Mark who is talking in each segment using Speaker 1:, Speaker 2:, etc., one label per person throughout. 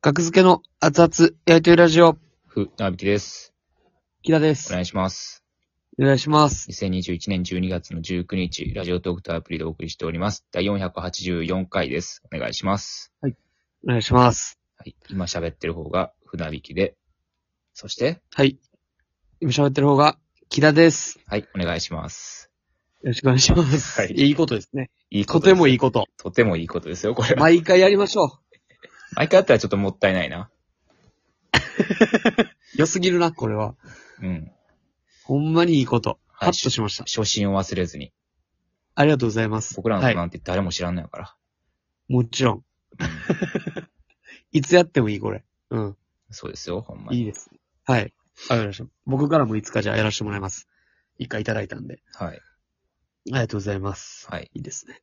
Speaker 1: 格付けの熱々焼いてるラジオ、
Speaker 2: ふ、なびきです。
Speaker 1: 木田で
Speaker 2: お
Speaker 1: す。
Speaker 2: 願いします。
Speaker 1: お願いします。
Speaker 2: 2021年12月の19日、ラジオトークとアプリでお送りしております。第484回です。お願いします。
Speaker 1: お願いします。
Speaker 2: はい。今喋ってる方が、船引きで。そして、
Speaker 1: はい。今喋ってる方が、木田です。
Speaker 2: はい、お願いします。
Speaker 1: よろしくお願いします。
Speaker 2: はい
Speaker 1: いいことですね。
Speaker 2: いい
Speaker 1: と
Speaker 2: です
Speaker 1: てもいい。こと。
Speaker 2: とてもいいことですよ、これは。
Speaker 1: 毎回やりましょ
Speaker 2: 毎回あったらちょっともったいないな。
Speaker 1: う。良すぎるな、これは。
Speaker 2: うん。
Speaker 1: ほんまにいいこと。ハ
Speaker 2: はい
Speaker 1: ッとしました。
Speaker 2: 初心を忘れずに。
Speaker 1: ありがとうございます。
Speaker 2: 僕らのこ
Speaker 1: は
Speaker 2: と
Speaker 1: い。
Speaker 2: なんて誰も知らんのやから。
Speaker 1: もちろん。
Speaker 2: うん
Speaker 1: いつやってもいい、これ。うん。
Speaker 2: そうですよ、ほんま
Speaker 1: いい
Speaker 2: に。
Speaker 1: です。はい。わかりました。僕からもいつかじゃあやらせてもらいます。一回いただいたんで。
Speaker 2: はい。
Speaker 1: ありがとうございます。
Speaker 2: はい。
Speaker 1: いいですね。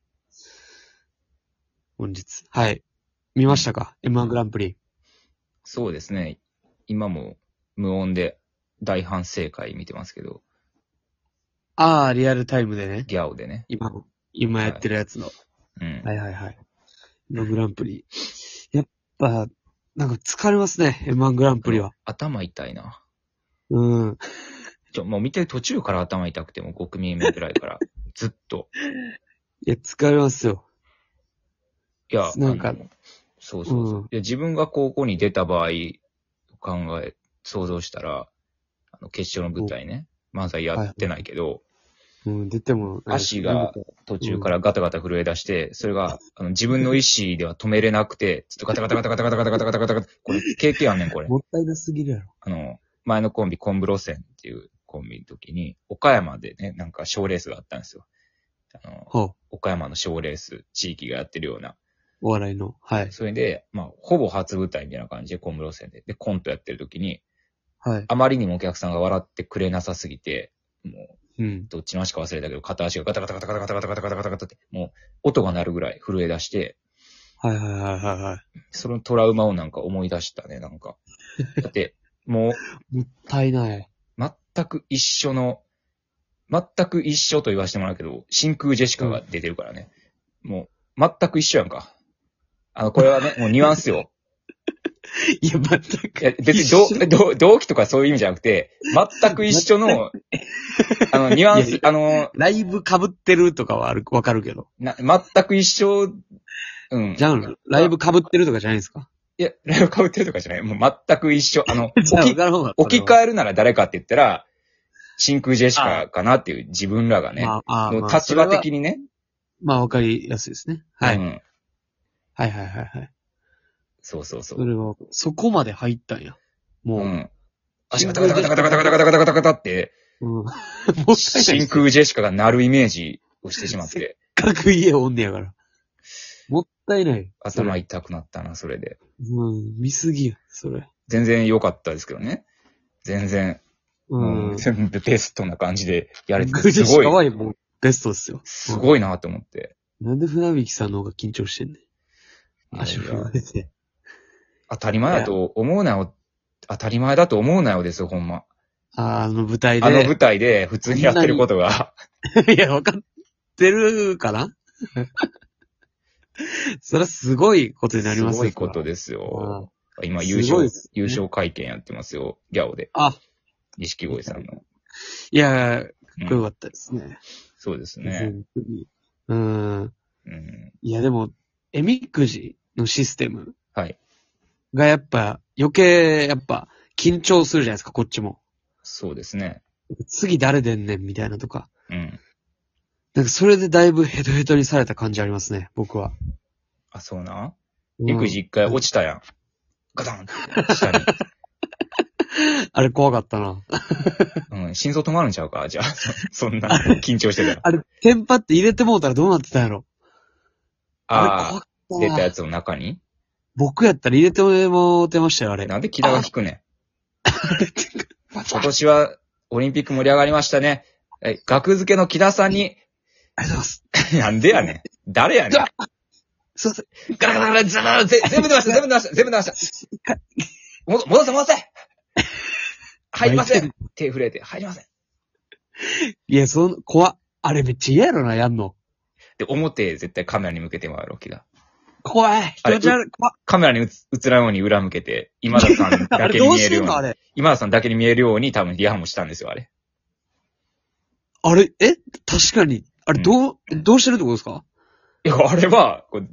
Speaker 1: 本日。はい。見ましたか ?M1 グランプリ。
Speaker 2: そうですね。今も無音で大反省会見てますけど、
Speaker 1: ああ、リアルタイムでね。
Speaker 2: ギャオでね。
Speaker 1: 今、今やってるやつの。
Speaker 2: うん。
Speaker 1: はいはいはい。のグランプリ。やっぱ、なんか疲れますね。M1 グランプリは。
Speaker 2: 頭痛いな。
Speaker 1: うん。
Speaker 2: ちょ、もう見てる途中から頭痛くても5組目ぐらいから。ずっと。
Speaker 1: いや、疲れますよ。
Speaker 2: いや、
Speaker 1: なんか
Speaker 2: あのそうそうそう、
Speaker 1: うん
Speaker 2: で。自分が高校に出た場合、考え、想像したら、あの、決勝の舞台ね。漫才やってないけど、
Speaker 1: うん、出てもないし。
Speaker 2: 足が途中からガタガタ震え出して、それが、あの、自分の意思では止めれなくて、ずっとガタガタガタガタガタガタガタガタガタガタ、これ、経験あんねん、これ。
Speaker 1: もったいなすぎるやろ。
Speaker 2: あの、前のコンビ、コンブロセンっていうコンビの時に、岡山でね、なんか賞レースがあったんですよ。あの、
Speaker 1: ほう。
Speaker 2: 岡山の賞レース、地域がやってるような。
Speaker 1: お笑いの。はい。
Speaker 2: それで、まあ、ほぼ初舞台みたいな感じで、コンブロセンで。で、コントやってる時に、
Speaker 1: はい。
Speaker 2: あまりにもお客さんが笑ってくれなさすぎて、もう、
Speaker 1: うん。
Speaker 2: どっちの足か忘れたけど、片足がガタガタガタガタガタガタガタガタガタガタって、もう、音が鳴るぐらい震え出して、
Speaker 1: はいはいはいはいはい。
Speaker 2: そのトラウマをなんか思い出したね、なんか。だって、もう、
Speaker 1: もったいない。
Speaker 2: 全く一緒の、全く一緒と言わせてもらうけど、真空ジェシカが出てるからね。もう、全く一緒やんか。あの、これはね、もうニュアンスよ。
Speaker 1: いや、全
Speaker 2: い
Speaker 1: く。
Speaker 2: や別
Speaker 1: 一緒
Speaker 2: に同同同期とかそういう意味じゃなくて、全く一緒の、あの、ニュアン
Speaker 1: いや
Speaker 2: ス、あの、
Speaker 1: ライブ被ってるとかはある、わかるけど。
Speaker 2: な全く一緒、うん。
Speaker 1: じゃあ、ライブ被ってるとかじゃないんですか
Speaker 2: いや、ライブ被ってるとかじゃない。もう全く一緒。あの、置
Speaker 1: じゃあ、
Speaker 2: き
Speaker 1: なるほど。
Speaker 2: 置き換えるなら誰かって言ったら、真空ジェシカかなっていう自分らがね、
Speaker 1: まあ、あ
Speaker 2: もう
Speaker 1: まあ
Speaker 2: 立場的
Speaker 1: それは
Speaker 2: にね、
Speaker 1: まあ、わかりやすいですね。はい。
Speaker 2: うん
Speaker 1: はいはいはいはい。
Speaker 2: そうそう
Speaker 1: そ
Speaker 2: そ。
Speaker 1: うれは、そこまで入ったんや。
Speaker 2: う
Speaker 1: もう。
Speaker 2: ん。足がタカタカタカタカタカタカタカタカタって、
Speaker 1: うん。 もったいない。
Speaker 2: 真空ジェシカが鳴るイメージをしてしまっ
Speaker 1: せ
Speaker 2: て、
Speaker 1: せっかく家おんねやから。もったいない。
Speaker 2: 頭痛くなったな、それで。
Speaker 1: うん、見すぎや、それ。
Speaker 2: 全然良かったですけどね。全然、
Speaker 1: うん。
Speaker 2: もう全部ベストな感じでやれて
Speaker 1: グ
Speaker 2: て、
Speaker 1: ジ
Speaker 2: す
Speaker 1: ェシ
Speaker 2: ご、
Speaker 1: カはいもうベストですよ。
Speaker 2: すごいなと思って。
Speaker 1: なんで船引さんの方が緊張してんねん。足
Speaker 2: いやい
Speaker 1: 振
Speaker 2: や
Speaker 1: られて。
Speaker 2: 当たり前だと思うなよ。当たり前だと思うなよですよ、ほんま。
Speaker 1: あーあの舞台で。
Speaker 2: あの舞台で普通にやってることが。
Speaker 1: いや、わかってるかな それはすごいことになり
Speaker 2: す
Speaker 1: ますよ
Speaker 2: ごいこと
Speaker 1: で。
Speaker 2: ですよ。
Speaker 1: う
Speaker 2: 今
Speaker 1: ん
Speaker 2: 優
Speaker 1: すごい
Speaker 2: 勝
Speaker 1: ですね
Speaker 2: 優勝会見やってますよ。ギャオで。
Speaker 1: あ、
Speaker 2: 錦鯉さんの。
Speaker 1: いや、か
Speaker 2: うん
Speaker 1: っこよかったですね。
Speaker 2: そうですね。
Speaker 1: 本当に。うん。
Speaker 2: うん。
Speaker 1: いや、でも、えみくじのシステム
Speaker 2: はい。
Speaker 1: がやっぱ、余計、やっぱ、緊張するじゃないですか、こっちも。
Speaker 2: そうですね。
Speaker 1: 次誰出んねん、みたいなとか。
Speaker 2: うん。
Speaker 1: なんか、それでだいぶヘトヘトにされた感じありますね、僕は。
Speaker 2: あ、そうな。
Speaker 1: うん
Speaker 2: 育児一回落ちたやん。ガタンって下に。
Speaker 1: あれ怖かったな。
Speaker 2: うん。心臓止まるんちゃうかじゃあ、そそんな、緊張してたら。
Speaker 1: あれ、テンパって入れてもうたらどうなってたんやろ。あれ怖
Speaker 2: あ
Speaker 1: か
Speaker 2: あ、出
Speaker 1: ったた
Speaker 2: や
Speaker 1: な。
Speaker 2: つの中に
Speaker 1: 僕やったら入れてもうてましたよ、あれ。
Speaker 2: なんで木田が引くねん。今年は、オリンピック盛り上がりましたね。え、学付けの木田さんに、
Speaker 1: ありがとうございます。
Speaker 2: なんでやねん。誰やねん。ガ
Speaker 1: すいません。
Speaker 2: ラガラガラ、ザラザラぜ全部出ました、全部出ました、全部出ました。も戻せ、戻せ入りません。手震えて、入りません。
Speaker 1: いや、その、怖っあれめっちゃ嫌やろな、やんの。
Speaker 2: で、表へ絶対カメラに向けて回ろう、木田。
Speaker 1: 怖い気持ち悪い怖い
Speaker 2: カメラに映映らんように裏向けて、今田さん
Speaker 1: あ
Speaker 2: だけ
Speaker 1: れ
Speaker 2: に
Speaker 1: どう
Speaker 2: 見え
Speaker 1: し
Speaker 2: る
Speaker 1: て
Speaker 2: ようんに
Speaker 1: のあ。れ。
Speaker 2: 今田さんだけに見えるように多分リハもしたんですよ、あれ。
Speaker 1: あれ、え確かに。あれ、どう、どうしてるってことですか
Speaker 2: いや、あれは、こう、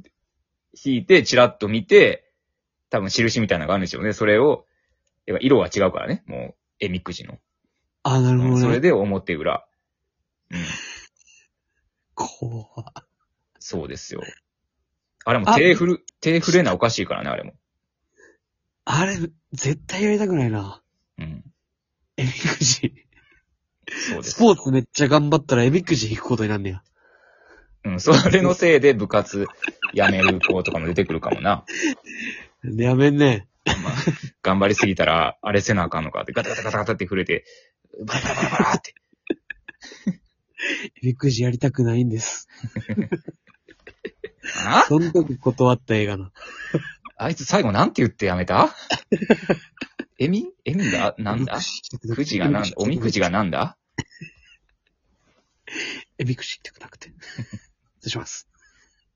Speaker 2: 引いて、チラッと見て、多分印みたいなのがあるんでしょうね。それを、やっぱ色は違うからね、もう、えみくじの。
Speaker 1: あ、なる
Speaker 2: う
Speaker 1: ほ
Speaker 2: んそ
Speaker 1: ど
Speaker 2: れ
Speaker 1: ね。
Speaker 2: で表裏。うん。
Speaker 1: 怖い
Speaker 2: そうですよ。あれも手振る、手振れなおかしいからね、あれも。
Speaker 1: あれ、絶対やりたくないな。
Speaker 2: うん。
Speaker 1: えみくじ。
Speaker 2: そうで
Speaker 1: ス
Speaker 2: す。
Speaker 1: ポーツめっちゃ頑張ったらえみくじ引くことになんねや。
Speaker 2: うん、それのせいで部活やめる子とかも出てくるかもな。
Speaker 1: でやめんね。
Speaker 2: まあ、頑張りすぎたら、あれせなあかんのかって、ガタガタガタガタって触れて、バラバラバラバラって。
Speaker 1: えみくじやりたくないんです。
Speaker 2: あ
Speaker 1: その時断った映画の。
Speaker 2: あいつ最後なんて言ってやめ たえみえみがなんだくじがなんだおみくじがなんだ
Speaker 1: えみくじ行きたくな くて。失礼します。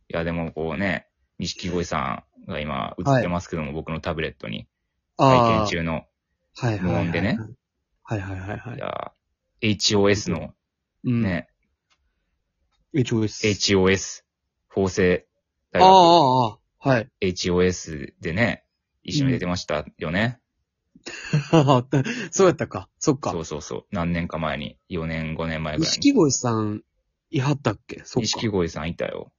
Speaker 2: いや、でもこうね、錦鯉さんが今映ってますけども、僕のタブレットに、体験
Speaker 1: ー
Speaker 2: 中の、
Speaker 1: はいはいはい。
Speaker 2: 無音でね。
Speaker 1: はいはいはいはいい。
Speaker 2: やー、HOS の
Speaker 1: うん。
Speaker 2: ね、
Speaker 1: HOS。
Speaker 2: HOS、法制大
Speaker 1: ああ、
Speaker 2: 学、
Speaker 1: ああ、ああはい。
Speaker 2: HOS でね、一緒に出てましたよね。
Speaker 1: そうやったか。そっか
Speaker 2: そ。うそうそう。何年か前に、4年、5年前ぐらいに。
Speaker 1: 錦鯉さん、いはったっけそっ
Speaker 2: 錦
Speaker 1: か。
Speaker 2: 鯉さんいたよ。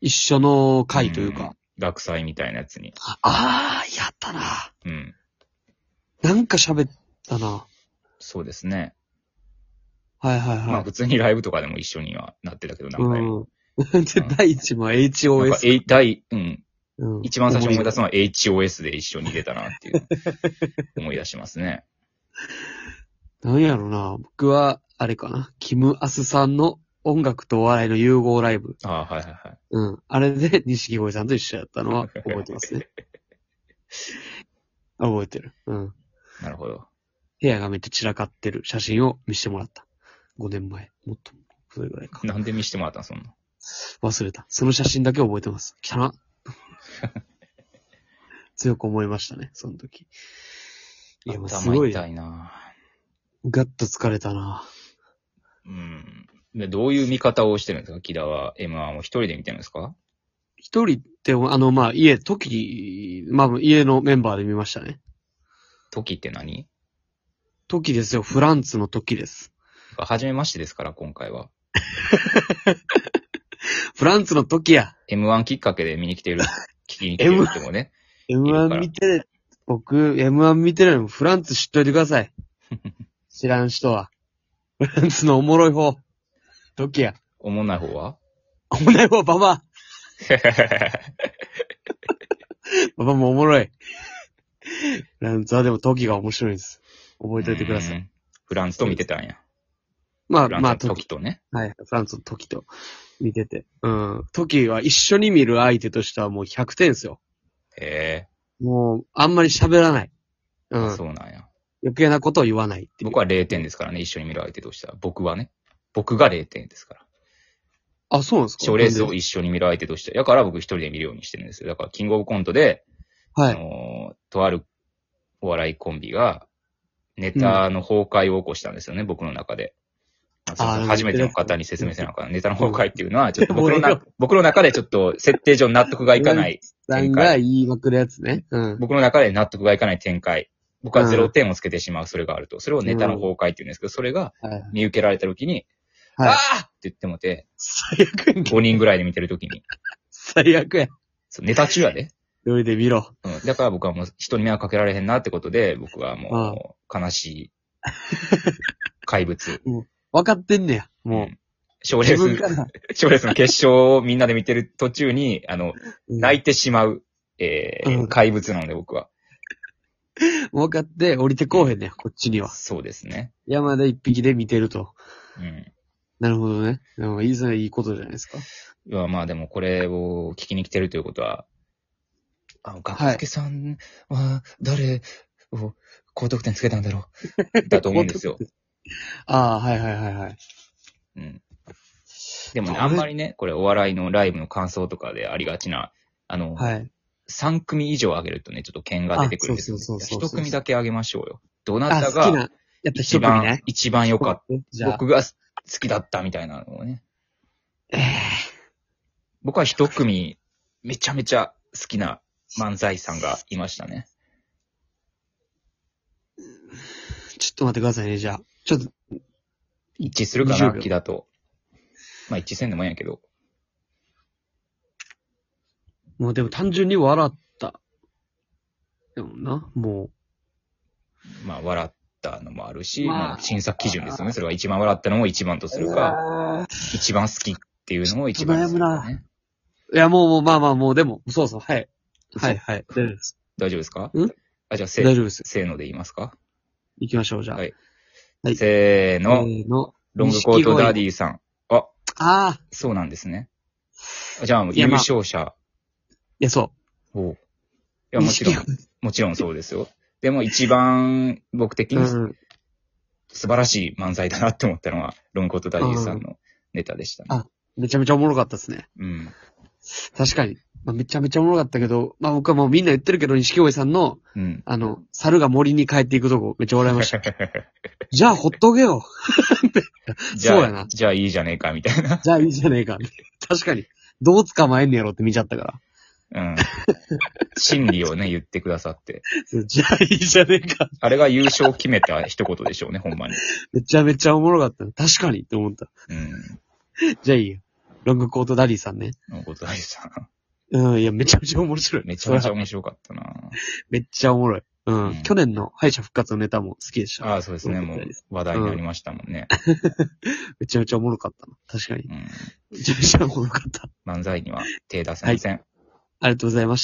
Speaker 1: 一緒の会というか。
Speaker 2: ん。学祭みたいなやつに。
Speaker 1: ああ、やったな。
Speaker 2: うん。
Speaker 1: なんか喋ったな。
Speaker 2: そうですね。
Speaker 1: はいはい
Speaker 2: まあ
Speaker 1: はい。
Speaker 2: 普通にライブとかでも一緒にはなってたけど、何回も。
Speaker 1: うん。で、第一も
Speaker 2: なんか、
Speaker 1: HOS。
Speaker 2: え第、うん。
Speaker 1: うん
Speaker 2: 一番最初に思い出す
Speaker 1: の。
Speaker 2: のは HOS で一緒に出たなっていう、 思い出しますね。
Speaker 1: なんやろな。僕は、あれかな。キム・アスさんの音楽とお笑いの融合ライブ。
Speaker 2: ああ、はいはいはい。
Speaker 1: うん。あれで、錦鯉さんと一緒やったの は覚えてますね。あ覚えてる。うん。
Speaker 2: なるほど。
Speaker 1: 部屋がめっちゃ散らかってる写真を見せてもらった。5年前。もっと、それぐらいか。
Speaker 2: なんで見してもらったんそんな。
Speaker 1: 忘れた。その写真だけ覚えてます。来たな。 強く思いましたね、その時。いや、もうす
Speaker 2: 頭
Speaker 1: ごい、
Speaker 2: 痛いな
Speaker 1: ガッと疲れたな。
Speaker 2: うん。で、どういう見方をしてるんですか木田は M1 を一人で見てるんですか
Speaker 1: 一人って、あの、まあ、家、時、まあ、家のメンバーで見ましたね。
Speaker 2: 時って何
Speaker 1: 時ですよ、フランツの時です。
Speaker 2: 初めましてですから、今回は。
Speaker 1: フランツの時や。
Speaker 2: M1 きっかけで見に来てる、 聞きに来てる人もね。るから
Speaker 1: M1 見て、僕、M1 見てないのフランツ知っといてくださ い。知らん人は。フランツのおもろい方。時や。
Speaker 2: おもんない方は
Speaker 1: おもろい方、ババア。ババもおもろい。フランツはでも時が面白いんです。覚えておいてください。
Speaker 2: い。フランスと見てたんや。
Speaker 1: まあ
Speaker 2: フラ
Speaker 1: まあ、
Speaker 2: ンスの
Speaker 1: 時。
Speaker 2: 時とね。
Speaker 1: はい。フランツの時と見てて。うん。時は一緒に見る相手としてはもう100点ですよ。
Speaker 2: へ
Speaker 1: もう、あんまり喋らない。う
Speaker 2: え、
Speaker 1: ん。
Speaker 2: そうなんや。
Speaker 1: 余計なことを言わないっていう。
Speaker 2: 僕は0点ですからね、一緒に見る相手としては。僕はね。僕が0点ですから。
Speaker 1: あ、そうなんですか
Speaker 2: 賞レース
Speaker 1: な
Speaker 2: を
Speaker 1: んで
Speaker 2: 一緒に見る相手として。だから僕一人で見るようにしてるんですよ。だから、キングオブコントで、
Speaker 1: は
Speaker 2: あ
Speaker 1: い。
Speaker 2: のーとあるお笑いコンビが、ネタの崩壊を起こしたんですよね、僕の中で。あそう
Speaker 1: あー
Speaker 2: そう初めての方に説明せなあかん。ネタの崩壊っていうのは、ちょっ と僕のな僕の中でちょっと設定上納得がいかない
Speaker 1: さんが言いまくるやつね。うん。
Speaker 2: 僕の中で納得がいかない展開。僕は0点をつけてしまう、それがあると。それをネタの崩壊って言うんですけど、それが
Speaker 1: はいはい
Speaker 2: 見受けられた時に、
Speaker 1: はい
Speaker 2: ああって言ってもて、
Speaker 1: 最悪やんけ。
Speaker 2: 5人ぐらいで見てる時に、
Speaker 1: 最悪や。
Speaker 2: そうネタ中やで。
Speaker 1: どれで見ろ。
Speaker 2: うん。だから僕はもう人に迷惑かけられへんなってことで、僕はもう悲しい怪物。
Speaker 1: 分かってんねや。も
Speaker 2: ん。賞
Speaker 1: う。
Speaker 2: レ
Speaker 1: 自分か
Speaker 2: ー
Speaker 1: ら。
Speaker 2: ス、賞レースの決勝をみんなで見てる途中に、あの、泣
Speaker 1: い。
Speaker 2: いてしまう、えー
Speaker 1: うん
Speaker 2: 怪物なので僕は。
Speaker 1: 分かって降りてこうへんねや、こっちには。
Speaker 2: そうですね。
Speaker 1: 山で一匹で見てると。
Speaker 2: うん。
Speaker 1: なるほどね。でも、いいそれいいことじゃないですか。
Speaker 2: いや、まあでもこれを聞きに来てるということは、あ、ガッツケさんは誰を高得点つけたんだろ う。だと思うんですよ。
Speaker 1: ああ、はいはいはいはい。
Speaker 2: うん。でもね、
Speaker 1: そう
Speaker 2: あんまりね、これお笑いのライブの感想とかでありがちな、ああの、
Speaker 1: はい。
Speaker 2: 3組以上上げるとね、ちょっと剣が出てくるんですよ
Speaker 1: あそうそうそうそうそう
Speaker 2: 1組だけ上げましょうよ。どな
Speaker 1: あ、
Speaker 2: た
Speaker 1: 好き
Speaker 2: が
Speaker 1: な、やっぱ
Speaker 2: 一
Speaker 1: 一組
Speaker 2: 番
Speaker 1: ね、。
Speaker 2: 一番良かっ
Speaker 1: じ
Speaker 2: た。
Speaker 1: ゃあ、
Speaker 2: 僕が好きだったみたいなのをね。
Speaker 1: えー
Speaker 2: 僕は一組、めちゃめちゃ好きな漫才さんがいましたね。
Speaker 1: ちょっと待ってくださいね、じゃあ。ちょっと、
Speaker 2: 一致するかな、
Speaker 1: 20秒
Speaker 2: 木だと。まあ一致せんでもいいんやけど。
Speaker 1: もうでも単純に笑った。でもな、も
Speaker 2: まあ笑ったのもあるし、
Speaker 1: まあ
Speaker 2: まあ審査基準ですよね。それは一番笑ったのを一番と
Speaker 1: う。
Speaker 2: するか、一番好きっていうのを一番とするか、ね。
Speaker 1: いや、もう、もう、まあまあ、もう、でも、そうそう、はい。はい、はい。大丈夫です。
Speaker 2: 大丈夫ですか
Speaker 1: ん
Speaker 2: あ、じゃあせ
Speaker 1: 大、丈夫です。
Speaker 2: せーので言いますか
Speaker 1: 行きましょう、じゃあ。
Speaker 2: はい
Speaker 1: はい
Speaker 2: せ
Speaker 1: せ
Speaker 2: ー
Speaker 1: ー
Speaker 2: の、
Speaker 1: の。
Speaker 2: ロングコートダディさん。あ、
Speaker 1: ああ、
Speaker 2: そうなんですね。じゃあ、
Speaker 1: いや
Speaker 2: 優
Speaker 1: まあ
Speaker 2: 勝者
Speaker 1: いや、そ
Speaker 2: を。いや、
Speaker 1: う。
Speaker 2: もちろ
Speaker 1: 錦、
Speaker 2: ん
Speaker 1: 鯉
Speaker 2: もちろんそうですよ。でも一番僕的に素
Speaker 1: うん。
Speaker 2: 晴らしい漫才だなって思ったのは、ロングコートダディさんのネタでしたね。
Speaker 1: めちゃめちゃおもろかったですね。
Speaker 2: うん。
Speaker 1: 確かに。まあ、めちゃめちゃおもろかったけど、まあ僕はもうみんな言ってるけど、錦鯉さんの、
Speaker 2: うん。
Speaker 1: あの、猿が森に帰っていくとこ、めっちゃ笑いま した。じゃあ、ほっとけよ。
Speaker 2: じゃ
Speaker 1: そうや
Speaker 2: あ
Speaker 1: な、
Speaker 2: じゃあいいじゃねえか、みたいな。
Speaker 1: じゃあいいじゃねえか。確かに。どう捕まえんねやろって見ちゃったから。
Speaker 2: うん。真理をね、言ってくださって。
Speaker 1: そうじゃあいいじゃねえか。
Speaker 2: あれが優勝を決めた一言でしょうね、ほんまに。
Speaker 1: めちゃめちゃおもろかった。確かにって思った。
Speaker 2: うん。
Speaker 1: じゃあいいよ。ロングコートダディさんね。
Speaker 2: ロングコートダディさん。
Speaker 1: うん、いや、めちゃめちゃ面白い。
Speaker 2: めちゃめち
Speaker 1: そ
Speaker 2: ゃ
Speaker 1: れは
Speaker 2: 面白かったな
Speaker 1: めっちゃおもろい。うん。
Speaker 2: うん
Speaker 1: 去年の敗者復活のネタも好きでした。
Speaker 2: ああ、そうですね。もう話題になりましたもんね。
Speaker 1: めちゃめちゃおもろかったな。確かに。
Speaker 2: うん。
Speaker 1: めちゃめちゃおもろかった。
Speaker 2: 漫才には手出せません。
Speaker 1: ありがとうございました。